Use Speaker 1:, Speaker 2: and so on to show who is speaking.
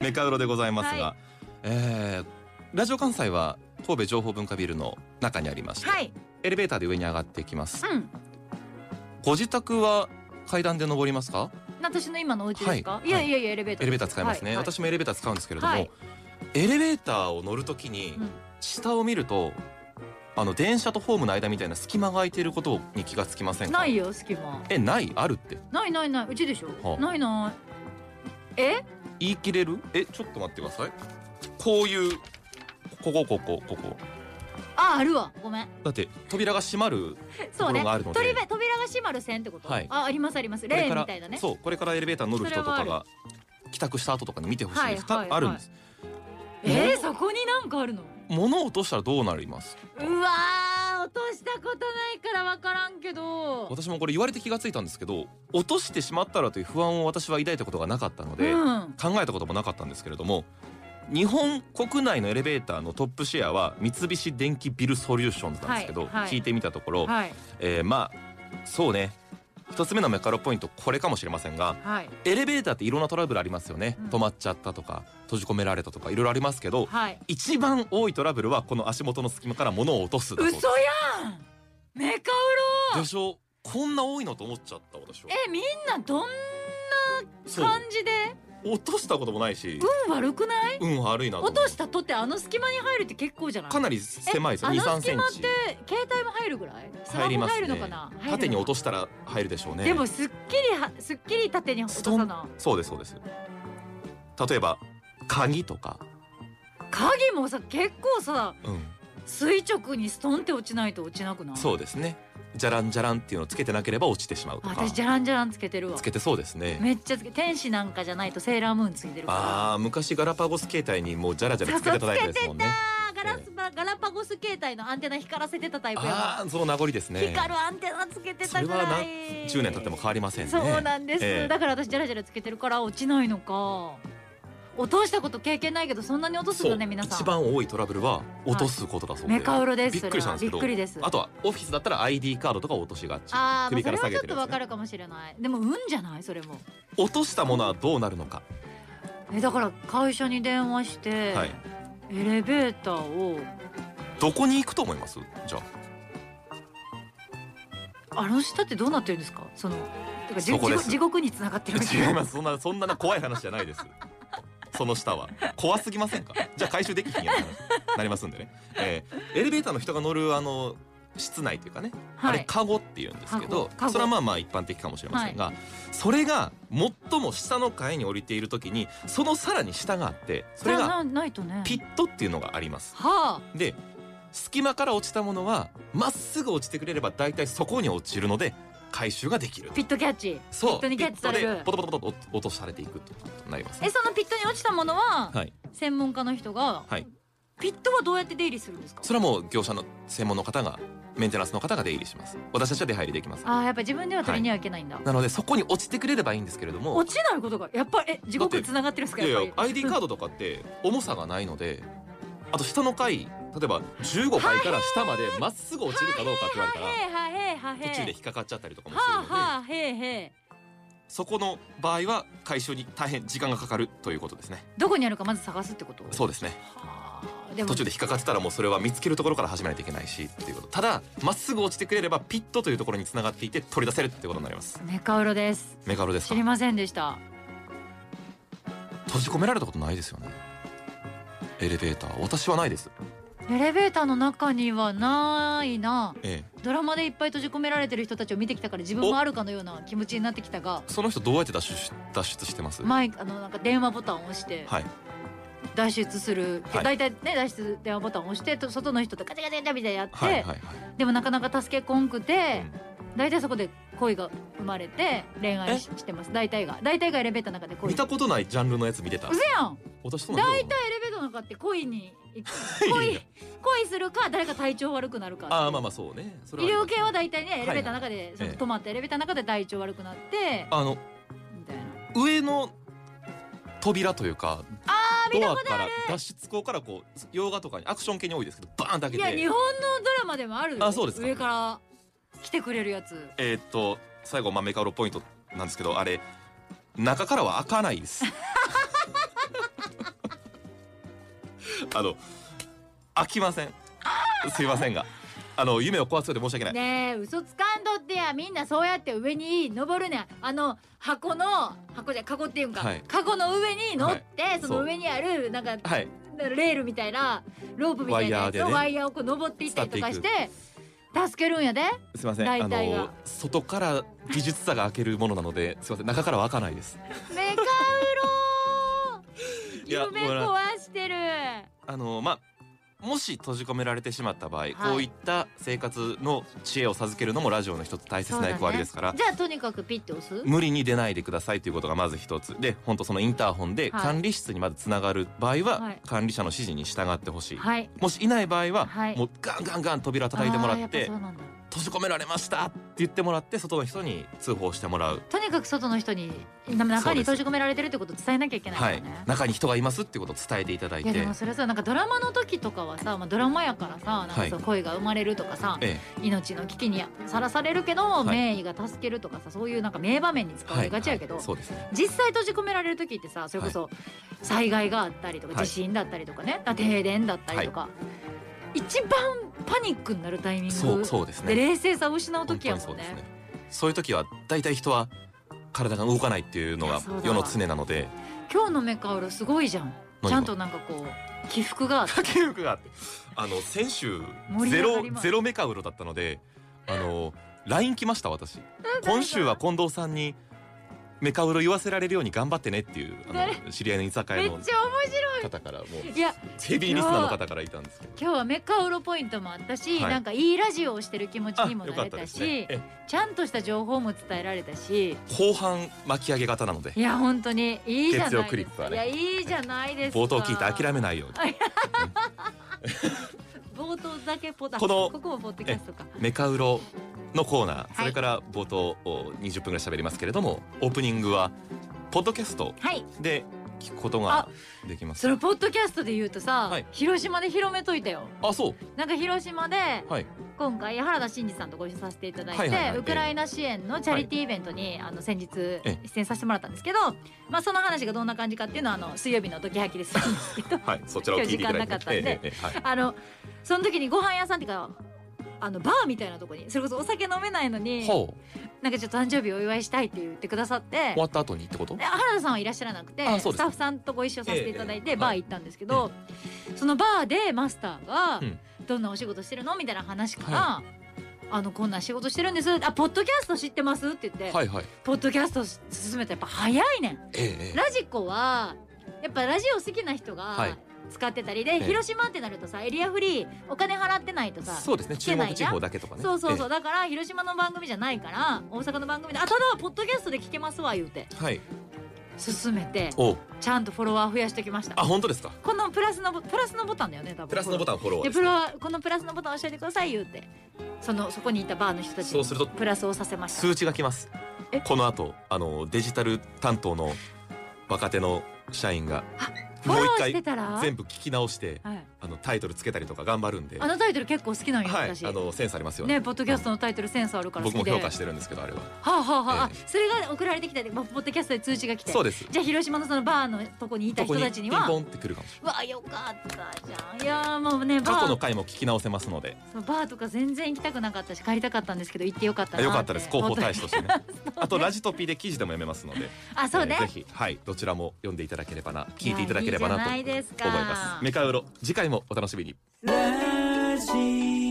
Speaker 1: メカウロでございますが、
Speaker 2: は
Speaker 1: えーラジオ関西は神戸情報文化ビルの中にありまして、
Speaker 2: はい。
Speaker 1: エレベーターで上に上がってきます、
Speaker 2: うん。
Speaker 1: ご自宅は階段で登りますか
Speaker 2: 私の今のお家ですか。
Speaker 1: はい
Speaker 2: い、やいやいやエレベーター。
Speaker 1: エレベーター使いますね、
Speaker 2: はいはい
Speaker 1: 私もエレベーター使うんですけれども、
Speaker 2: はい
Speaker 1: エレベーターを乗るときに
Speaker 2: うん
Speaker 1: 下を見るとあの電車とホームの間みたいな隙間が空いていることに気がつきませんか
Speaker 2: ないよ隙間。
Speaker 1: えないあるって
Speaker 2: ないないないうちでしょ。
Speaker 1: はあ
Speaker 2: ないない。え？
Speaker 1: 言い切れるえちょっと待ってくださいこういうここここここ
Speaker 2: ああるわ。ごめん。
Speaker 1: だって扉が閉まる
Speaker 2: そ
Speaker 1: とこ
Speaker 2: うね。
Speaker 1: ろがあるので
Speaker 2: 扉が扉が閉まる線ってこと。
Speaker 1: はい
Speaker 2: あありますあります。
Speaker 1: これ
Speaker 2: レ
Speaker 1: か
Speaker 2: ーン
Speaker 1: ら
Speaker 2: みたいなね。
Speaker 1: そうこれからエレベーター乗る人と
Speaker 2: そ
Speaker 1: か
Speaker 2: れは
Speaker 1: が帰宅した後とかに見てほしいです、
Speaker 2: はいはいはい
Speaker 1: たあるんです
Speaker 2: えー、そこになんかあるの。
Speaker 1: 物を落としたらどうなります
Speaker 2: うわー落としたことないからわからんけど。
Speaker 1: 私もこれ言われて気がついたんですけど落としてしまったらという不安を私は抱いたことがなかったので、
Speaker 2: うん。
Speaker 1: 考えたこともなかったんですけれども日本国内のエレベーターのトップシェアは三菱電機ビルソリューションズなんですけど、
Speaker 2: はいはい
Speaker 1: 聞いてみたところ、
Speaker 2: はい
Speaker 1: えーまあそうね一つ目のメカロポイントこれかもしれませんが
Speaker 2: はい
Speaker 1: エレベーターっていろんなトラブルありますよね、
Speaker 2: うん
Speaker 1: 止まっちゃったとか閉じ込められたとかいろいろありますけど
Speaker 2: はい。
Speaker 1: 一番多いトラブルはこの足元の隙間から物を落とすだそう
Speaker 2: 嘘
Speaker 1: です
Speaker 2: やん。メカウロ。
Speaker 1: でしょこんな多いのと思っちゃった私は
Speaker 2: えみんなどんな
Speaker 1: そう
Speaker 2: 感じで
Speaker 1: 落としたこともないし
Speaker 2: 運悪くない？
Speaker 1: 運悪いなと思
Speaker 2: 落
Speaker 1: う
Speaker 2: としたとってあの隙間に入るって結構じゃない？
Speaker 1: かなり狭いですよ
Speaker 2: え
Speaker 1: 2
Speaker 2: あの
Speaker 1: 3
Speaker 2: 隙
Speaker 1: セン
Speaker 2: 間っ
Speaker 1: チ
Speaker 2: て携帯も入るぐらいスマ
Speaker 1: 入り
Speaker 2: ホ
Speaker 1: ます
Speaker 2: 入
Speaker 1: ね
Speaker 2: るのかな入るのか
Speaker 1: 縦に落としたら入るでしょうね
Speaker 2: でもすっきりはすっきり縦に落とさな
Speaker 1: そうですそうです例えば鍵とか、
Speaker 2: 鍵もさ結構さ
Speaker 1: うん、
Speaker 2: 垂直にストンって落ちないと落ちなくない
Speaker 1: そうですねじゃらんじゃらんっていうのをつけてなければ落ちてしまうと
Speaker 2: あ
Speaker 1: か
Speaker 2: 私じゃらんじゃらんつけてるわ
Speaker 1: つけてそうですね
Speaker 2: めっちゃつけ天使なんかじゃないとセーラームーンついてるから
Speaker 1: あー昔ガラパゴス携帯にもうじゃらじゃらつけて叩いたやつですもんね
Speaker 2: あーガラスパガラパゴス携帯のアンテナ光らせてたタイプやわ
Speaker 1: ああーその名残ですね
Speaker 2: 光るアンテナつけてたぐ
Speaker 1: それは
Speaker 2: ら
Speaker 1: ない10年経っても変わりませんね
Speaker 2: そうなんです、
Speaker 1: ええ
Speaker 2: だから私ジャラジャラつけてるから落ちないのか落としたこと経験ないけどそんなに落とすんだね皆さん
Speaker 1: 一番多いトラブルは落とすことだそうで、
Speaker 2: メカウロです
Speaker 1: びっくりしたんですけど
Speaker 2: びっくりです
Speaker 1: あとはオフィスだったら ID カードとかを落としがち
Speaker 2: あーまあ
Speaker 1: 首
Speaker 2: そ
Speaker 1: か
Speaker 2: れ
Speaker 1: ら下
Speaker 2: はち
Speaker 1: げ
Speaker 2: ょって
Speaker 1: る
Speaker 2: と
Speaker 1: や
Speaker 2: わ
Speaker 1: つね
Speaker 2: かるかもしれないでも運じゃないそれも
Speaker 1: 落としたものはどうなるのか
Speaker 2: えだから会社に電話して、
Speaker 1: はい
Speaker 2: エレベーターを
Speaker 1: どこに行くと思いますじゃ あ
Speaker 2: あの下ってどうなってるんですかそのてかじ
Speaker 1: そこ
Speaker 2: 地
Speaker 1: です
Speaker 2: 獄地獄に繋がってるみた
Speaker 1: 違い
Speaker 2: な
Speaker 1: ますそんなそんな怖い話じゃないですその下は怖すぎませんかじゃあ回収できひんやんって話なりますんでね、えーエレベーターの人が乗るあの室内というかね、あ
Speaker 2: は
Speaker 1: れ
Speaker 2: い
Speaker 1: カゴっていうんですけ
Speaker 2: カ
Speaker 1: ど
Speaker 2: ゴカゴ
Speaker 1: それはまあまあ一般的かもしれませんが、それが最も下の階に降りている時にそのさらに下があってそれ
Speaker 2: じゃ
Speaker 1: が
Speaker 2: あなないとね
Speaker 1: ピットっていうのがあります
Speaker 2: はあ
Speaker 1: で隙間から落ちたものはまっすぐ落ちてくれれば大体そこに落ちるので回収ができる
Speaker 2: ピットキャッチ
Speaker 1: そう
Speaker 2: ピットにキャッチされ
Speaker 1: ピ
Speaker 2: る
Speaker 1: ットでポトポトポトと落とされていくということになります、
Speaker 2: えそのピットに落ちたものは、
Speaker 1: はい
Speaker 2: 専門家の人が、
Speaker 1: はい
Speaker 2: ピットはどうやって出入りするんですか
Speaker 1: それはもう業者の専門の方がメンテナンスの方が出入りします私たちは出入りできます
Speaker 2: ああやっぱ自分では取りにはいけないんだ、
Speaker 1: なのでそこに落ちてくれればいいんですけれども
Speaker 2: 落ちないことがやっぱりえ地獄に繋がってるんです
Speaker 1: い
Speaker 2: か
Speaker 1: やい
Speaker 2: やっ
Speaker 1: や
Speaker 2: ぱり
Speaker 1: ID カードとかって重さがないのであと下の階例えば15階から下 までまっすぐ落ちるかどうかって言われたら
Speaker 2: へーはへーはへー
Speaker 1: 途中で引っかかっちゃったりとかも
Speaker 2: は
Speaker 1: する
Speaker 2: あ
Speaker 1: ので
Speaker 2: はあへーへー
Speaker 1: そこの場合は回収に大変時間がかかるということですね
Speaker 2: どこにあるかまず探すってこと
Speaker 1: そうですね
Speaker 2: はあでも
Speaker 1: 途中で引っかかってたらもうそれは見つけるところから始めないといけないしっていうことただまっすぐ落ちてくれればピットというところにつながっていて取り出せるってことになります
Speaker 2: メカウロです
Speaker 1: メカロです
Speaker 2: 知
Speaker 1: か
Speaker 2: りませんでした
Speaker 1: 閉じ込められたことないですよねエレベーター私はないです
Speaker 2: エレベーターの中にはないな
Speaker 1: ええ
Speaker 2: ドラマでいっぱい閉じ込められてる人たちを見てきたから自分もあるかのような気持ちになってきたが
Speaker 1: その人どうやって脱出し脱出してます、
Speaker 2: マイクあのなんか電話ボタンを押して
Speaker 1: はい
Speaker 2: 脱出する、
Speaker 1: はい
Speaker 2: 大体ね脱出電話ボタンを押してと外の人とガチャガチャガチャみたいなやって、
Speaker 1: はいはいはい
Speaker 2: でもなかなか助けこんくて、大体そこで恋が生まれて恋愛ししてます大体が大体がエレベーターの中で
Speaker 1: うん
Speaker 2: 恋
Speaker 1: 見たことないジャンルのやつ見てた
Speaker 2: うせやん
Speaker 1: 私そんな
Speaker 2: 大体エレベーターの中って恋に
Speaker 1: い やい
Speaker 2: 恋
Speaker 1: や
Speaker 2: 恋するか誰か体調悪くなるか
Speaker 1: ああまあまあそうねそれ
Speaker 2: 医
Speaker 1: は
Speaker 2: 療系は大体ねエ
Speaker 1: い
Speaker 2: レベーターの中で、その
Speaker 1: ええ
Speaker 2: 止まってエレベーターの中で体調悪くなって
Speaker 1: あの
Speaker 2: みたいな
Speaker 1: 上の扉というか
Speaker 2: あー見
Speaker 1: ド
Speaker 2: た
Speaker 1: ア
Speaker 2: こ
Speaker 1: から脱出口からこう洋画とかにアクション系に多いですけどバーンだけ
Speaker 2: とい
Speaker 1: で
Speaker 2: や日本のドラマでもあるよ
Speaker 1: あそうですか
Speaker 2: 上から来てくれるやつ
Speaker 1: えーっと最後まあメカ ウロポイントなんですけどあれ中からは開かないですあの飽きませんすいませんがあの夢を壊すようで申し訳ない、
Speaker 2: ねえ嘘つかんとってやみんなそうやって上に登るねんあの箱の箱じゃカゴっていうんか、
Speaker 1: はい
Speaker 2: カゴの上に乗って、その上にあるなんか
Speaker 1: はい
Speaker 2: レールみたいなロープみたいなやつ
Speaker 1: ワイ
Speaker 2: を
Speaker 1: ヤーでね
Speaker 2: ワイヤーをこう登っていったりとかして助けるんやです
Speaker 1: いません
Speaker 2: 大
Speaker 1: あ
Speaker 2: 体が
Speaker 1: の外から技術差が開けるものなのですい ません中からは開かないです
Speaker 2: メカウロ
Speaker 1: いや
Speaker 2: 夢
Speaker 1: もう
Speaker 2: 壊してる
Speaker 1: あのまあもし閉じ込められてしまった場合、
Speaker 2: い
Speaker 1: こういった生活の知恵を授けるのもラジオの一つ大切な役割ですから、
Speaker 2: じゃあとにかくピッて押す
Speaker 1: 無理に出ないでくださいということがまず一つで本当そのインターホンで
Speaker 2: はい
Speaker 1: 管理室にまずつながる場合は、
Speaker 2: はい
Speaker 1: 管理者の指示に従ってほしい、
Speaker 2: はい
Speaker 1: もしいない場合は、
Speaker 2: はい
Speaker 1: もうガンガンガン扉叩いてもら
Speaker 2: あーや
Speaker 1: っ
Speaker 2: ぱ
Speaker 1: て
Speaker 2: そうなんだ
Speaker 1: 閉じ込められましたって言ってもらって外の人に通報してもらう、
Speaker 2: とにかく外の人に中に閉じ込められてるってことを伝えなきゃいけないか
Speaker 1: は
Speaker 2: ら
Speaker 1: い
Speaker 2: ね、
Speaker 1: 中に人がいますってことを伝えていただい
Speaker 2: いやで
Speaker 1: て
Speaker 2: もそれはさなんかドラマの時とかはさ、まあ、ドラマやからさなんか
Speaker 1: はい
Speaker 2: そう恋が生まれるとかさ、
Speaker 1: え
Speaker 2: 命の危機にさらされるけど、
Speaker 1: い
Speaker 2: 名医が助けるとかさそういうなんか名場面に使
Speaker 1: え
Speaker 2: われがちやけ
Speaker 1: はい
Speaker 2: ど、
Speaker 1: はいそうですね
Speaker 2: 実際閉じ込められる時ってさそれこそ災害があったりとか
Speaker 1: はい
Speaker 2: 地震だったりとかね、あ停電だったりとか、一番パニックになるタイミング
Speaker 1: そうそうです
Speaker 2: で
Speaker 1: ね
Speaker 2: 冷静さを失う
Speaker 1: 本
Speaker 2: 時
Speaker 1: 当
Speaker 2: や
Speaker 1: に
Speaker 2: も
Speaker 1: そうんで
Speaker 2: ね
Speaker 1: すねそういう時は大体人は体が動かないっていうの
Speaker 2: いや
Speaker 1: が
Speaker 2: そうだわ
Speaker 1: 世の常なので
Speaker 2: 今日のメカウロすごいじゃん
Speaker 1: が
Speaker 2: ちゃんとなんかこう起伏があって
Speaker 1: 掛け力があって あの先週
Speaker 2: 盛り
Speaker 1: ゼ
Speaker 2: 上が
Speaker 1: ロ
Speaker 2: ります
Speaker 1: ゼロメカウロだったのであの LINE 来ました私今週は近藤さんにメカウロ言わせられるように頑張ってねっていうあの知り合いの居酒
Speaker 2: めっ
Speaker 1: 屋
Speaker 2: ちゃ
Speaker 1: の
Speaker 2: 面
Speaker 1: 方からもう
Speaker 2: 白いいや
Speaker 1: ヘビーリスナーの方からいたんですけど
Speaker 2: 今日はメカウロポイントもあったし、
Speaker 1: はい
Speaker 2: なんかいいラジオをしてる気持ち
Speaker 1: あ
Speaker 2: にも
Speaker 1: よ
Speaker 2: な
Speaker 1: かっ
Speaker 2: れ
Speaker 1: た
Speaker 2: た
Speaker 1: です
Speaker 2: し、
Speaker 1: ねえ
Speaker 2: ちゃんとした情報も伝えられたし
Speaker 1: 後半巻き上げ型なので
Speaker 2: いや本当にいいじゃな
Speaker 1: 月
Speaker 2: いです
Speaker 1: 曜
Speaker 2: か
Speaker 1: クリップはね
Speaker 2: いやいいじゃないですか
Speaker 1: 冒頭聞いて諦めないように
Speaker 2: 冒頭だけポタ
Speaker 1: この
Speaker 2: ここもポッドキャストか
Speaker 1: メカウロのコーナ
Speaker 2: い
Speaker 1: ーそれから冒頭お20分ぐらい喋りますけれどもオープニングはポッドキャスト
Speaker 2: はい
Speaker 1: で聞くことができます
Speaker 2: そのポッドキャストで言うとさ、
Speaker 1: はい
Speaker 2: 広島で広めといたよ
Speaker 1: あそう
Speaker 2: なんか広島で
Speaker 1: はい
Speaker 2: 今回原田真二さんとご一緒させていただいて、
Speaker 1: はいはいはい
Speaker 2: ウクライナ支援のチャリティーイベントに、あの先日出
Speaker 1: え
Speaker 2: 演させてもらったんですけど、まあ、その話がどんな感じかっていうのはあの水曜日のドキハ キでするんですけど
Speaker 1: はい、そちらを聞いていただいて。
Speaker 2: 今日時間なかったんで
Speaker 1: ええええはい
Speaker 2: あのその時にご飯屋さんっていうかあのバーみたいなとこにそれこそお酒飲めないのに
Speaker 1: ほう、
Speaker 2: なんかちょっと誕生日お祝いしたいって言ってくださって
Speaker 1: 終わった後にってこと
Speaker 2: で。原田さんはいらっしゃらなくて
Speaker 1: あそう
Speaker 2: ス
Speaker 1: です
Speaker 2: タッフさんとご一緒させていただい
Speaker 1: えええ
Speaker 2: て
Speaker 1: え
Speaker 2: バー行ったんですけど、そのバーでマスターが
Speaker 1: うん
Speaker 2: 「どんなお仕事してるの?」みたいな話から「
Speaker 1: は
Speaker 2: あのこんな仕事してるんです」あ「ポッドキャスト知ってます?」って言って、
Speaker 1: はいはい。
Speaker 2: ポッドキャスト進めたらやっぱ早いねん。
Speaker 1: ええええ
Speaker 2: ラジコはやっぱラジオ好きな人
Speaker 1: は
Speaker 2: が
Speaker 1: い
Speaker 2: 使ってたりで、
Speaker 1: え
Speaker 2: 広島ってなるとさエリアフリーお金払ってないとさ
Speaker 1: そうですね。
Speaker 2: 聞
Speaker 1: 中
Speaker 2: けない
Speaker 1: 国地方だけとかね。。
Speaker 2: そうそうそううだから広島の番組じゃないから大阪の番組で「あただポッドキャストで聞けますわ」言うて
Speaker 1: はい。
Speaker 2: 進めて
Speaker 1: おう、
Speaker 2: ちゃんとフォロワー増やしてきました
Speaker 1: あ、本当ですか。
Speaker 2: このプラスのボプラスのボタンだよね多分
Speaker 1: プラスのボタンフォロー
Speaker 2: で
Speaker 1: で
Speaker 2: プ
Speaker 1: す
Speaker 2: ロ
Speaker 1: ね。
Speaker 2: はこのプラスのボタン押しててください言うてそのそこにいたバーの人たち
Speaker 1: そう
Speaker 2: に
Speaker 1: すると
Speaker 2: プラスをさせました
Speaker 1: 数値がきます
Speaker 2: え。
Speaker 1: この後、あのデジタル担当の若手の社員が
Speaker 2: フォ
Speaker 1: もう
Speaker 2: ロ
Speaker 1: 一
Speaker 2: ーして
Speaker 1: 回
Speaker 2: たら、
Speaker 1: 全部聞き直して、
Speaker 2: はい、
Speaker 1: あのタイトルつけたりとか頑張るんで。
Speaker 2: あ
Speaker 1: は
Speaker 2: のタイトル結構好きなんよ、
Speaker 1: い、
Speaker 2: 私
Speaker 1: あのセンスありますよね。
Speaker 2: ねポッドキャストのタイトルセンスあるから好
Speaker 1: 僕も
Speaker 2: きで
Speaker 1: 評価してるんですけど、あれは。
Speaker 2: はあはあはあ、
Speaker 1: え
Speaker 2: あそれが送られてきたで、まあ、ポッドキャストで通知が来て
Speaker 1: そうです。
Speaker 2: じゃあ広島のそのバーのとこにいた
Speaker 1: そこ
Speaker 2: 人
Speaker 1: に
Speaker 2: た
Speaker 1: ピ
Speaker 2: ち
Speaker 1: ン
Speaker 2: には
Speaker 1: ポンってくるかもしれ
Speaker 2: わあよかったじゃんいやーもうねバ
Speaker 1: ない。過去の
Speaker 2: ー
Speaker 1: 回も聞き直せますので、
Speaker 2: そうバーとか全然行きたくなかったし帰りたかったんですけど行ってよかったなて
Speaker 1: よかったです。広報大使として ね。あとラ
Speaker 2: ジ
Speaker 1: ジトピで記事でも読めますので。
Speaker 2: あそうね
Speaker 1: えーぜひはいどちらも読んでいただければな聞いていただければなと
Speaker 2: や
Speaker 1: 思
Speaker 2: い
Speaker 1: い
Speaker 2: いじゃないですか
Speaker 1: ますメカウロ次回もお楽しみに
Speaker 3: ラジオ